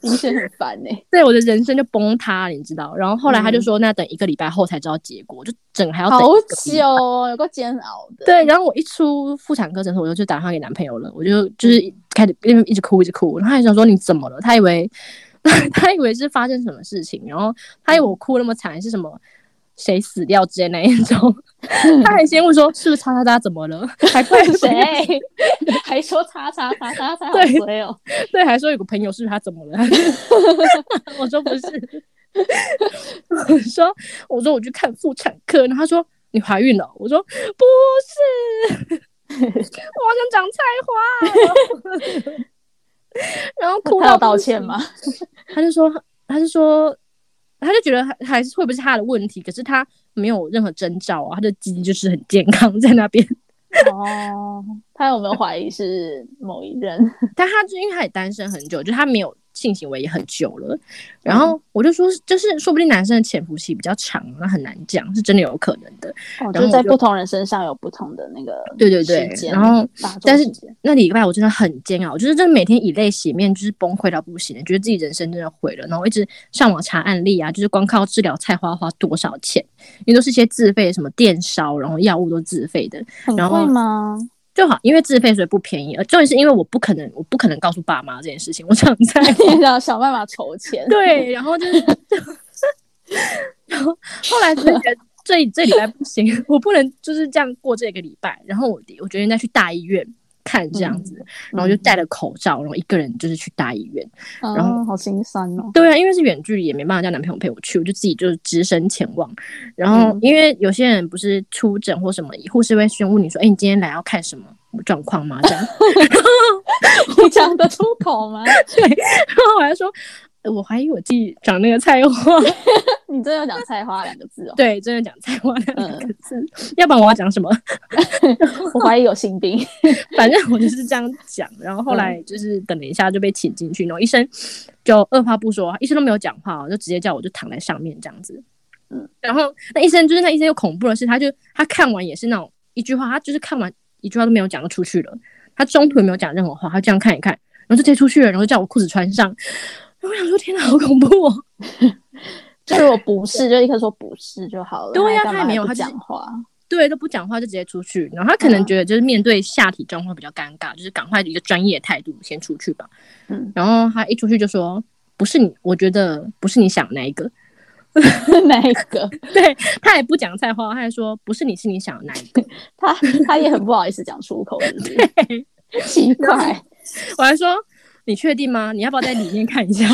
A: 医生很烦哎、
B: 对我的人生就崩塌了，你知道。然后后来他就说，那等一个礼拜后才知道结果，就整个还要等
A: 嗯好
B: 一个礼
A: 久哦，有个煎熬的。
B: 对，然后我一出妇产科诊所，我就打电话给男朋友了，我就就是开始因为一直哭一直哭，然后他还想说你怎么了？他以为 *laughs* 他以为是发生什么事情，然后他以为我哭那么惨是什么谁死掉之类那一种， *laughs* 他还先问说是不是叉叉叉怎么了，还怪谁？
A: 谁还说叉叉叉叉叉好
B: 对
A: 衰哦？
B: *laughs* 对，还说有个朋友是不是他怎么了？ *laughs* 我说不是， *laughs* 我说我说我去看妇产科，然后他说你怀孕了，我说不是。想长菜花、啊， *laughs* 然后哭
A: 他
B: 到
A: 要
B: 不
A: 道歉
B: 行
A: 吗？
B: 他就说，他就说，他就觉得还还是会不会是他的问题，可是他没有任何征兆啊，他的基因就是很健康在那边。 *laughs*
A: 哦，他有没有怀疑是某一任？
B: 但他就因为他也单身很久，就他没有性行为也很久了。然后我就说，就是说不定男生的潜伏期比较长，那很难讲，是真的有可能的。
A: 哦，
B: 然
A: 就
B: 后
A: 是在
B: 我就
A: 不同人身上有不同的那个
B: 对对对
A: 时间
B: 然后
A: 发作
B: 但是
A: 时间
B: 那礼拜我真的很煎熬，就是真的每天以泪洗面，就是崩溃到不行，觉得自己人生真的毁了。然后一直上网查案例啊，就是光靠治疗菜花花多少钱，因为都是一些自费，什么电烧，然后药物都自费的，
A: 很
B: 然后
A: 贵
B: *laughs*
A: 吗？
B: 就好，因为自费所以不便宜。呃，重点是因为我不可能，我不可能告诉爸妈这件事情，我想在
A: 要想办法筹钱。
B: 对，然后就是， *laughs* 然后后来就觉得这这礼拜不行，我不能就是这样过这个礼拜。然后我我决定再去大医院看这样子，然后就戴了口罩，然后一个人就是去大医院。
A: 嗯，
B: 然后
A: 哦好心酸哦。
B: 对啊，因为是远距离，也没办法叫男朋友陪我去，我就自己就是只身前往。然后
A: 嗯
B: 因为有些人不是出诊或什么，护士会先问你说：“哎、你今天来要看什么状况吗？”这样， *laughs*
A: 你 *laughs* 讲得出口吗？ *laughs*
B: 然后我还说。呃我怀疑我自己长那个菜花，
A: 你真的有讲菜花两个字哦。
B: 对，真的讲菜花那两个字， *laughs* 要不然我要讲什么？
A: 我怀疑有性病。
B: 反正我就是这样讲，然后后来就是等了一下就被请进去，然后医生就二话不说，医生都没有讲话，就直接叫我就躺在上面这样子。嗯
A: 嗯，
B: 然后那医生就是那医生又恐怖的是，他就他看完也是那种一句话，他就是看完一句话都没有讲就出去了，他中途也没有讲任何话，他就这样看一看，然后就直接出去了，然后就叫我裤子穿上。然后我想说，天哪，好恐怖哦！
A: 就是我不是，就立刻说不是就好了。
B: 对呀
A: 还干嘛
B: 他也没有
A: 还不
B: 他就是
A: 讲话。
B: 对，都不讲话就直接出去，然后他可能觉得就是面对下体状况比较尴尬，就是赶快一个专业态度先出去吧。
A: *laughs* 嗯，
B: 然后他一出去就说：“不是你，我觉得不是你想那一个。
A: 哪一个？”
B: 他也不讲菜花，他还说：“不是你是你想那一个。
A: 他他也很不好意思讲出口，是不是？奇怪，”
B: 我还说：“你确定吗？你要不要在里面看一下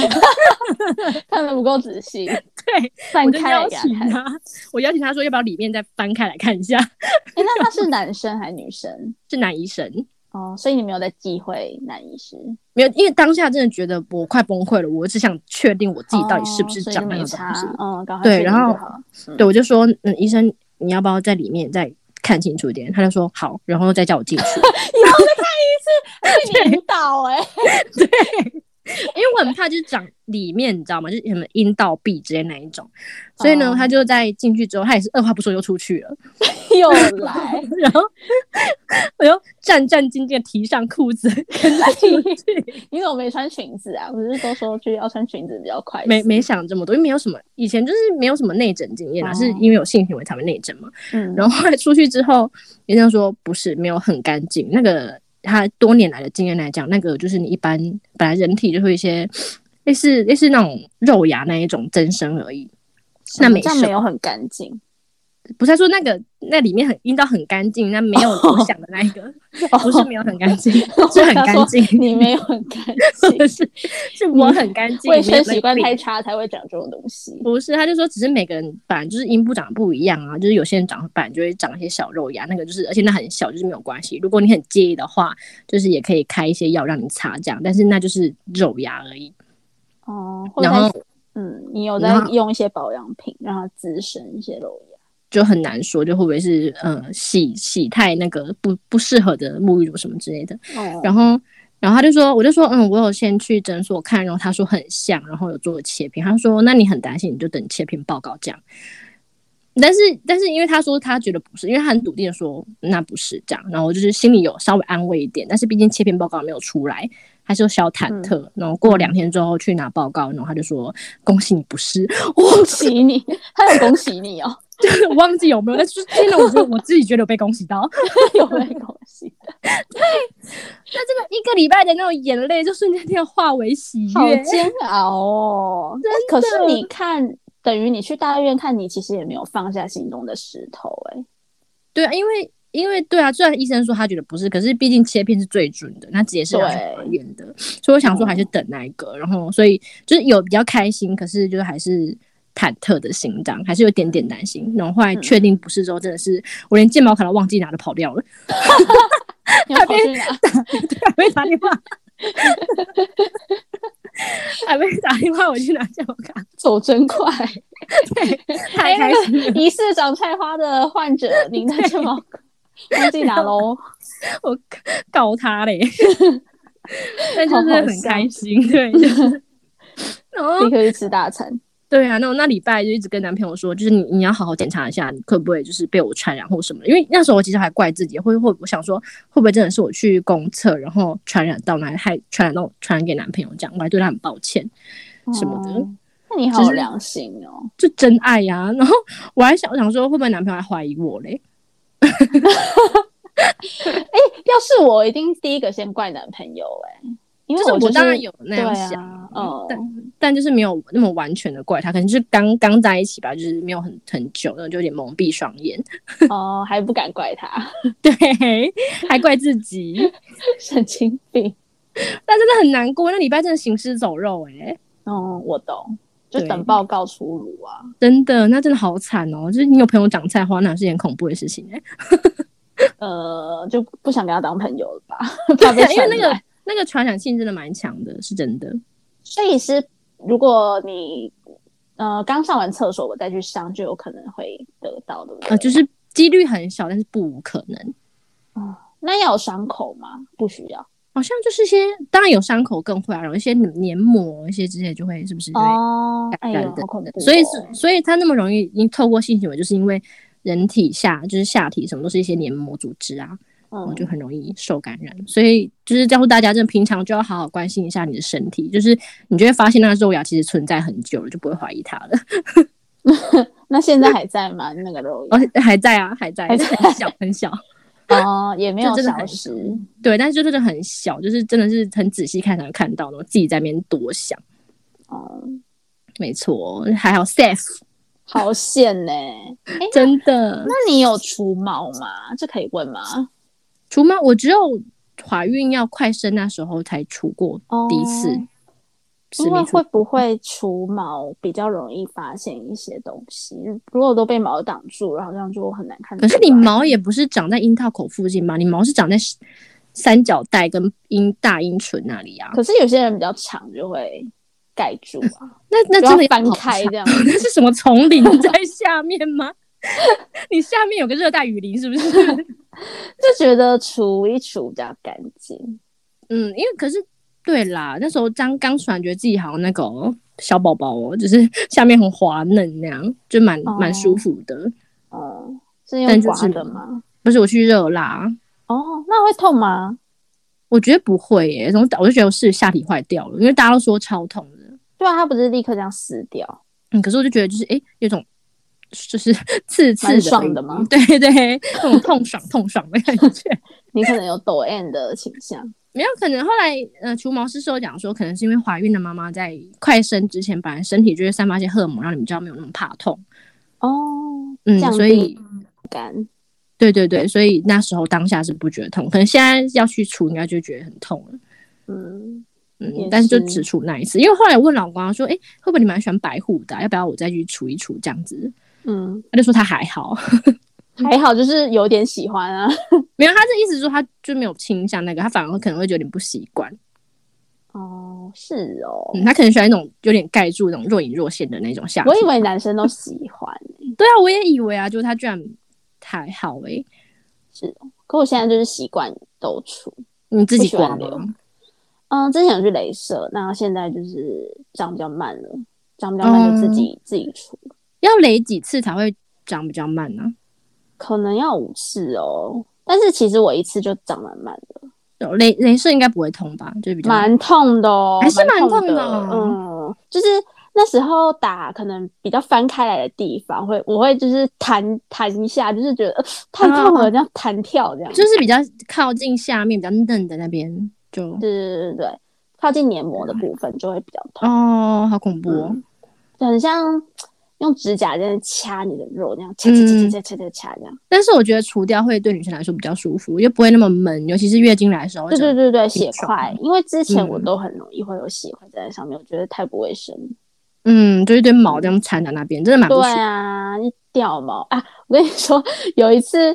B: *laughs*
A: 看的不够仔细，？”
B: 对，
A: 散
B: 我就
A: 开来
B: 邀
A: 给他
B: 请
A: 看。
B: 他，我邀请他说：“要不要里面再翻开来看一下
A: 哎，那他是男生还是女生？？”
B: 是男医生。
A: 哦，所以你没有在忌讳男医师，
B: 没有，因为当下真的觉得我快崩溃了，我只想确定我自己到底是不是
A: 哦所以
B: 长
A: 就
B: 那
A: 没
B: 个东
A: 差
B: 西。
A: 嗯，赶快
B: 对
A: 确定
B: 然后
A: 就好
B: 对，我就说，嗯，医生，你要不要在里面再看清楚一点？他就说好，然后再叫我进去，
A: 被引导哎，
B: 因为我很怕就是长里面，你知道吗？就是什么阴道壁之类那一种，所以呢，
A: 哦
B: 他就在进去之后，他也是二话不说就出去了， *laughs*
A: 又来，
B: 然后我就战战兢兢地提上裤子，
A: *laughs* 你怎么没穿裙子啊？不是都说去要穿裙子比较快？
B: 没，没想这么多，因为没有什么以前就是没有什么内诊经验啊，
A: 哦
B: 是因为有性行为才会内诊嘛。
A: 嗯，
B: 然后后来出去之后，医生说不是，没有很干净。那个他多年来的经验来讲，那个就是你一般本来人体就会有一些类似类似那种肉芽那一种增生而已。那没
A: 哦这样
B: 事
A: 没有很干净，
B: 不是他说那个那里面很阴道很干净，那没有我想的那一个，不是没有很干净，是很干净
A: 哦 *laughs* 我想说你没有很干
B: *laughs*
A: 净，
B: 是是我很干净，
A: 卫
B: 没有
A: 生
B: 那个
A: 习惯
B: 病
A: 太差才会长这种东西。
B: 不是，他就说只是每个人本来就是阴部长得不一样啊，就是有些人长本来就会长一些小肉芽，那个就是而且那很小，就是没有关系。如果你很介意的话，就是也可以开一些药让你擦这样，但是那就是肉芽而已。
A: 哦，或者
B: 然后
A: 在嗯，你有在
B: 然后
A: 用一些保养品让它滋生一些肉芽。
B: 就很难说，就会不会是呃洗洗太那个不不适合的沐浴乳什么之类的。
A: 哦
B: 然后，然后他就说，我就说，嗯，我有先去诊所看，然后他说很像，然后有做切片。他说，那你很担心，你就等切片报告这样。但是，但是因为他说他觉得不是，因为他很笃定的说那不是这样，然后我就是心里有稍微安慰一点，但是毕竟切片报告没有出来，还是有小忐忑。然后过两天之后去拿报告，然后他就说恭喜你不是， *laughs*
A: 恭喜你，他有恭喜你哦，
B: 我忘记有没有，但是真的我觉得我自己觉得有被恭喜到， *laughs*
A: 有没有恭喜？
B: 那这个一个礼拜的那种眼泪就瞬间要化为喜
A: 好
B: 悦，
A: 煎熬哦！那可是你看，等于你去大医院看，你其实也没有放下心中的石头、哎，
B: 对啊，因为因为对啊，虽然医生说他觉得不是，可是毕竟切片是最准的，那也是拿去
A: 对
B: 化验的，所以我想说还是等那一个，然后所以就是有比较开心，可是就是还是忐忑的心脏，还是有点点 *laughs* 担心。然后后来确定不是之后，真的是我连健保卡都忘记拿了跑掉了，
A: 你要跑去哪？
B: 还没啊打电话，还没啊打电话，我去拿健保卡，
A: 走真快！
B: 太开心了，
A: *laughs* 疑似长菜花的患者，您的这么 *laughs* 忘记拿喽？
B: 我告他嘞，但就是很开心，对，就是。 *laughs* 然后
A: 立刻去吃大餐。
B: 对啊，那我那礼拜就一直跟男朋友说，就是你你要好好检查一下，你会不会就是被我传染或什么的？因为那时候我其实还怪自己，会会我想说会不会真的是我去公厕，然后传染到男，还传染到传染给男朋友这样，我还对他很抱歉什么的，
A: 哦那你好有良心哦！
B: 就真爱呀、然后我还想我想说会不会男朋友还怀疑我嘞？
A: 要是我，一定第一个先怪男朋友哎、因为
B: 就是
A: 就
B: 我
A: 是
B: 当然有那样
A: 对
B: 想，
A: 啊，嗯，
B: 但但就是没有那么完全的怪他，可能就是刚刚在一起吧，就是没有很很久，然后就有点蒙蔽双眼， *laughs*
A: 哦，还不敢怪他，
B: 对，还怪自己。 *laughs*
A: 神经病。
B: 但真的很难过，那礼拜真的行尸走肉哎、
A: 哦，我懂，就
B: 对
A: 等报告出炉啊。
B: 真的，那真的好惨哦！就是你有朋友长菜花，那是件恐怖的事情哎、
A: 呃，就不想跟他当朋友了
B: *laughs*
A: 吧？怕被
B: 对，因为
A: 传
B: 那个
A: 染，
B: 那个传染性真的蛮强的，是真的。
A: 所以是如果你呃刚上完厕所，我再去上，就有可能会得到，对不对？
B: 呃，就是几率很小，但是不无可能。
A: 那要有伤口吗？不需要
B: 好像就是一些，当然有伤口更会啊，然后一些黏膜一些之类就会，是不是就会
A: 哦。哎
B: 感染
A: 呦，
B: 等等
A: 好恐怖、哦！
B: 所以是，所以它那么容易，因透过性行为，就是因为人体下就是下体什么都是一些黏膜组织啊，然后
A: 嗯，
B: 就很容易受感染。所以就是告诉大家，真的平常就要好好关心一下你的身体，就是你就会发现那肉芽其实存在很久了，就不会怀疑它了。
A: 那现在还在吗？那个肉
B: 而且还在啊，还在，
A: 还在
B: 很小很小。
A: 哦，也没有
B: 这真的
A: 消
B: 很
A: 失。
B: 对，但是就真的很小，就是真的是很仔细看才能看到，然后自己在那边多想。
A: 哦，
B: 没错，还好 safe，
A: 好险
B: *laughs*
A: 呢、哎
B: 真的。
A: 那你有除毛吗？这可以问吗？
B: 除毛，我只有怀孕要快生那时候才除过第一次
A: 哦，
B: 是
A: 因为
B: 没
A: 会
B: 错。
A: 不会除毛比较容易发现一些东西？如果都被毛挡住了，好像就很难看出
B: 可
A: 来。
B: 是你毛也不是长在阴道口附近吧？你毛是长在三角带跟阴大阴唇那里啊。
A: 可是有些人比较长，就会盖住啊，
B: 那 *laughs* 那
A: 就
B: 真的
A: 要翻
B: 好
A: 开
B: 长
A: 这样。 *laughs*
B: *laughs* 那是什么丛林在下面吗？ *laughs* 你下面有个热带雨林是不是？
A: 就觉得除一除比较干净。
B: *laughs* 嗯，因为可是对啦，那时候刚刚出来，觉得自己好像那个哦、小宝宝哦，就是下面很滑嫩那样，就蛮
A: 哦
B: 蛮舒服的。
A: 嗯，是
B: 但
A: 用
B: 就
A: 刮
B: 是
A: 的吗？
B: 不是我去热啦，
A: 哦，那会痛吗？
B: 我觉得不会耶、然后我就觉得是下体坏掉了，因为大家都说超痛的。
A: 对啊，它不是立刻这样撕掉，
B: 嗯，可是我就觉得就是哎、诶有种就是 *laughs* 刺刺
A: 蛮
B: 的
A: 爽的吗
B: *laughs* 对对，那种痛爽痛爽的感觉。
A: 你可能有抖 M 的倾向。
B: 没有可能，后来呃，除毛师是有讲说，可能是因为怀孕的妈妈在快生之前，本来身体就会散发一些荷尔蒙，让你比较没有那么怕痛。
A: 哦，
B: 嗯
A: 降，低
B: 所以
A: 干
B: 对对对，所以那时候当下是不觉得痛，可能现在要去除，应该就觉得很痛了。
A: 嗯，也
B: 嗯，但是就是只除那一次，因为后来我问老公啊说，哎、会不会你蛮喜欢白虎的啊、要不要我再去除一除这样子？
A: 嗯，
B: 他就说他还好， *laughs*
A: 还好，就是有点喜欢啊。
B: 没有，他这意思是说他就没有倾向那个，他反而可能会有点不习惯。
A: 哦，是哦，
B: 嗯，他可能喜欢那种有点盖住那种若隐若现的那种下体。
A: 我以为男生都喜欢，
B: 对啊，我也以为啊，就他居然还好欸诶、
A: 可我现在就是习惯都除。
B: 你自己刮
A: 不喜欢
B: 吗？
A: 嗯，之前有去镭射，那现在就是长比较慢了，长比较慢就自己、
B: 哦
A: 自己除，
B: 要雷几次才会长比较慢啊呢、
A: 可能要五次哦。但是其实我一次就长蛮慢的，
B: 有雷雷射应该不会痛吧？就是比较
A: 蛮痛的哦，
B: 还是蛮
A: 蛮
B: 痛的啊
A: 的。嗯，就是那时候打可能比较翻开来的地方会，我会就是弹弹一下，就是觉得、呃太痛了，这样弹跳这样。
B: 嗯就是比较靠近下面比较嫩的那边就
A: 对对对对，靠近黏膜的部分就会比较痛，
B: 哦，好恐怖哦！
A: 嗯就很像用指甲在那掐你的肉，那样掐掐掐
B: 嗯
A: 掐掐掐掐这样。
B: 但是我觉得除掉会对女生来说比较舒服，又不会那么闷，尤其是月经来的时候。
A: 对对
B: 对，
A: 对对，血
B: 挺爽
A: 块，因为之前我
B: 嗯
A: 都很容易会有血块在上面，我觉得太不卫生。
B: 嗯，就一堆毛这样缠在那边，真的蛮不舒
A: 对
B: 服。
A: 啊，你掉毛啊！我跟你说，有一次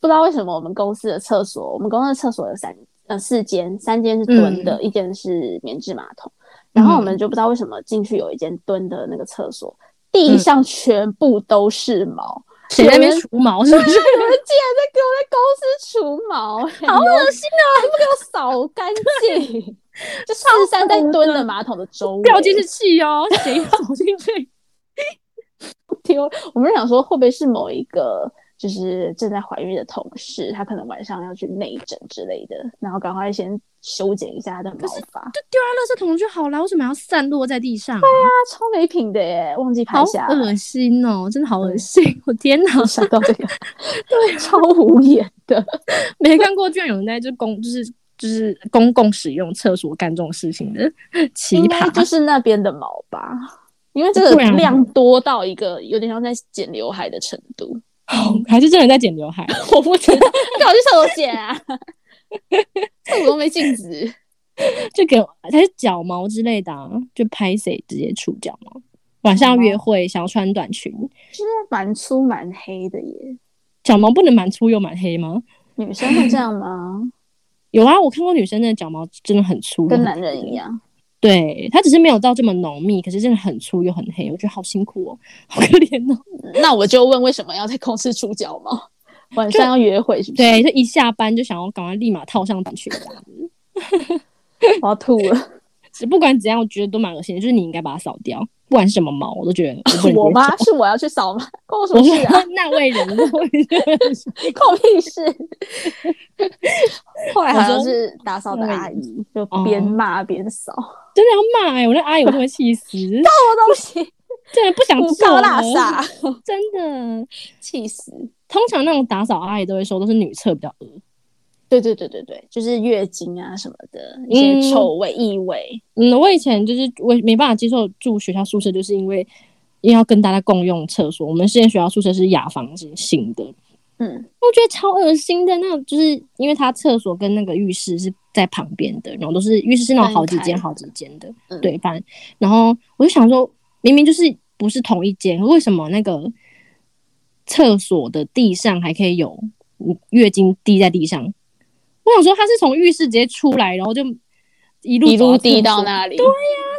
A: 不知道为什么我们公司的厕所，我们公司的厕所有三呃四间，三间是蹲
B: 嗯
A: 的，一间是棉质马桶。然后我们就不知道为什么进去有一间蹲的那个厕所，
B: 嗯
A: 地上全部都是毛， *laughs*
B: 谁在那边除毛是不是？
A: 有人竟然在给我在公司除毛、欸，
B: 好恶心啊！
A: 还不给我扫干
B: *laughs*
A: 净，就四散在蹲的马桶的周围，
B: 掉进去气哦，谁走进去？ *laughs*
A: 丢！我们想说会不会是某一个就是正在怀孕的同事，她可能晚上要去内诊之类的，然后赶快先修剪一下她的毛发。
B: 就丢在垃圾桶就好了，为什么要散落在地上啊、
A: 啊，超没品的耶，忘记
B: 好
A: 拍下来。
B: 恶心哦，真的好恶心！我天哪，
A: 想到
B: *laughs*
A: 这个，对，超无言的。
B: 没看过居然有人在这公就是就是公共使用厕所干这种事情的奇
A: 应该
B: 葩，
A: 就是那边的毛吧，因为这个
B: 不然呢
A: 量多到一个有点像在剪刘海的程度。
B: *laughs*
A: 啊
B: 还是真的在剪刘海？
A: 我不知道，你搞去厕所剪啊？厕所都没镜
B: *laughs*
A: 子，
B: 就给我还是脚毛之类的、啊，就拍谁直接除脚毛。晚上要约会，
A: 哦
B: 想要穿短裙，
A: 蛮粗蛮黑的耶。
B: 脚毛不能蛮粗又蛮黑吗？
A: 女生会这样
B: *laughs*
A: 吗？
B: 有啊，我看过女生的脚毛真的很粗，
A: 跟
B: 很
A: 男人一样，
B: 对，它只是没有到这么浓密，可是真的很粗又很黑，我觉得好辛苦哦，好可怜
A: *laughs*
B: 哦。
A: 那我就问为什么要在公司除脚毛？ *laughs* 晚上要约会是不是？
B: 对，，就一下班就想要赶快立马套上短裙这样子。
A: 我要吐
B: *laughs*
A: 了。
B: 只不管怎样，我觉得都蛮恶心的，就是你应该把它扫掉，不管是什么毛，我都觉得不能
A: *laughs*
B: 接
A: 我吗？
B: 受
A: 是我要去扫吗？关我什
B: 我 *laughs*
A: 么
B: 说
A: 事啊？
B: 那位人，那位人，
A: 关我屁事。
B: *laughs*
A: 后来好像
B: 我说
A: 是打扫的阿姨，就
B: 哦
A: 边骂边扫，
B: *laughs* 真的要骂哎、我那阿姨我都会气死，
A: 什么东西？
B: 真的不想
A: 五
B: 做
A: 高
B: 了
A: 大，厦，
B: *laughs* 真的。
A: 气死！
B: 通常那种打扫阿姨都会说，都是女厕比较恶，
A: 对对对对对，就是月经啊什么的一些
B: 嗯
A: 臭味、异味，
B: 嗯，我以前就是我没办法接受住学校宿舍，就是因为因为要跟大家共用厕所。我们现在学校宿舍是雅房是型的，我
A: 嗯，
B: 觉得超恶心的。那种就是因为它厕所跟那个浴室是在旁边的，然后都是浴室是那种好几
A: 分
B: 间
A: 开
B: 好几间的，
A: 嗯
B: 对，反正然后我就想说，明明就是不是同一间，为什么那个厕所的地上还可以有月经滴在地上？我想说，它是从浴室直接出来，然后就一路
A: 一
B: 走
A: 路
B: 到厕
A: 滴到
B: 所
A: 那里，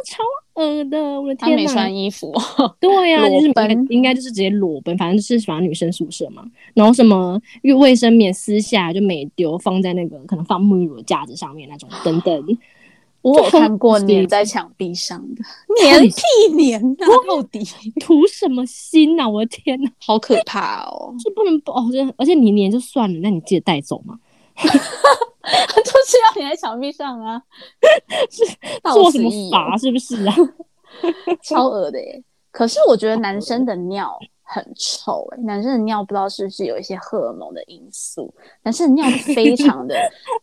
B: 超恶的，我的
A: 他
B: 天
A: 没
B: 哪！
A: 穿衣服，
B: 对呀、
A: 裸
B: 就是应该
A: 奔
B: 应该就是直接裸奔，反正就是反正女生宿舍嘛，然后什么卫卫生棉撕下来就没丢，放在那个可能放沐浴乳的架子上面那种等等。
A: *gasps* 我有看 *laughs* 过
B: 就很
A: 粘在墙壁上 *laughs* 的，粘屁粘啊，到底
B: 图什么心呐、我的天呐、
A: *laughs* 好可怕哦！
B: 就不能哦，真的，而且你粘就算了，那你记得带走嘛。
A: *laughs* 就是要粘在墙壁上 *laughs* 啊，到
B: 做
A: 此
B: 什么
A: 一游
B: 法是不是啊？
A: 超恶的耶！可是我觉得男生的尿很臭哎、男生的尿不知道是不是有一些荷尔蒙的因素，男生的尿是非常
B: *laughs*
A: 的，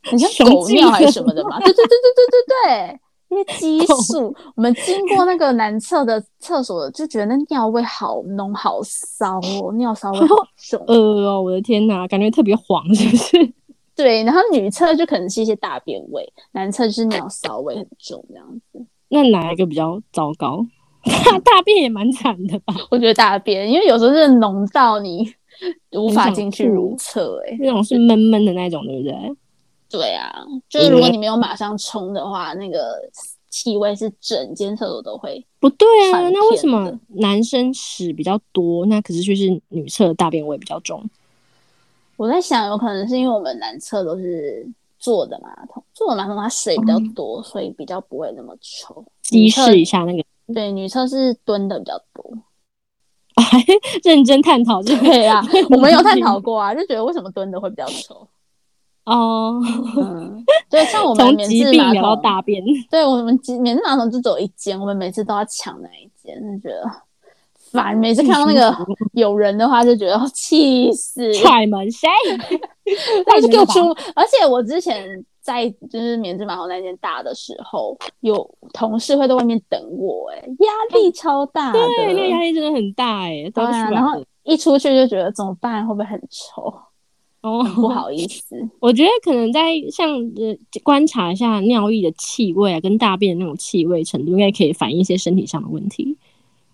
A: 很像狗尿还是什么的
B: 啊
A: 嘛？对对对对对对对。因为激素，我们经过那个男厕的厕所，就觉得那尿味好浓好骚哦，尿骚味好重。
B: *laughs* 呃哦，我的天呐、感觉特别黄，是不是？ *laughs*
A: 对，然后女厕就可能是一些大便味，男厕就是尿骚味很重这样子。
B: 那哪一个比较糟糕？ *laughs* 大大便也蛮惨的吧？
A: 我觉得大便，因为有时候是浓到你无法
B: 很想
A: 进去
B: 吐
A: 如厕、欸，哎，
B: 那种是闷闷的那种，对不对？
A: 对啊，
B: 嗯
A: 就是如果你没有马上冲的话，那个气味是整间厕所都会。
B: 不对
A: 散
B: 啊，
A: 片
B: 那为什么
A: 的
B: 男生屎比较多，那可是却是女厕大便味比较重？
A: 我在想，有可能是因为我们男厕都是坐的马桶，坐的马桶它水比较
B: 嗯
A: 多，所以比较不会那么臭。
B: 稀释一下那个，
A: 对，女厕是蹲的比较多。 *laughs*
B: 认真探讨这个
A: 对啊， *laughs* 我们有探讨过啊，就觉得为什么蹲的会比较
B: *laughs*
A: 臭。
B: 哦，
A: 嗯， *laughs* 对，像我们
B: 从
A: 免
B: 疾
A: 治
B: 病
A: 马
B: 聊到
A: 桶，
B: 大便，
A: 对我们几免治马桶就只有一间，我们每次都要抢那一间，就觉得烦。每次看到那
B: *laughs*
A: 个有人的话，就觉得哦气死，
B: 踹门
A: *laughs*
B: 谁？
A: 那就给我
B: 踹门吧
A: 出。而且我之前在就是免治马桶那间大的时候，有同事会在外面等我、哎，压力超大的。
B: 嗯对，那压力真的很大哎，
A: 啊对
B: 都不
A: 啊，
B: 出
A: 然
B: 来
A: 后
B: 了。
A: 一出去就觉得怎么办？会不会很臭？ *laughs* 不
B: 哦，
A: 好意思。
B: 我觉得可能在像呃观察一下尿液的气味啊，跟大便的那种气味程度，应该可以反映一些身体上的问题。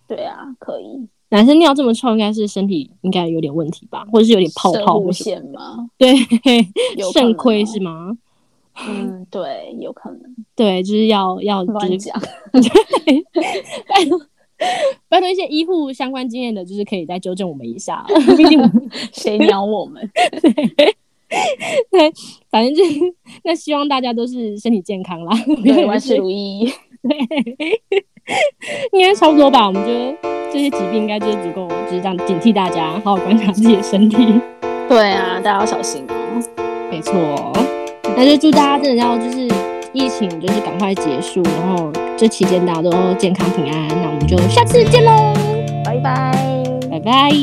A: 对啊，可以。
B: 男生尿这么臭，应该是身体应该有点问题吧，或者是有点泡泡
A: 无
B: 或什么。
A: 限吗？
B: 对，
A: 有可能
B: 肾
A: 哦
B: 亏是吗？
A: 嗯，对，有可能
B: 对，就是要要就
A: 乱
B: 是 *laughs*
A: 讲。
B: 拜托，拜托一些医护相关经验的，就是可以再纠正我们一下。啊 *laughs* 毕竟我们，
A: 谁鸟我们？ *laughs*
B: 反正就是那希望大家都是身体健康啦。 *laughs*
A: 对，万事如意。
B: 应该差不多
A: 嗯
B: 吧？我们觉得这些疾病应该就是足够，就是这样警惕大家，好好观察自己的身体。
A: 对啊，大家要小心哦。
B: 没错， *laughs* 那就祝大家真的要就是疫情就是赶快结束，然后这期间大家都健康平安。那我们就下次见喽，
A: 拜拜。
B: 拜拜。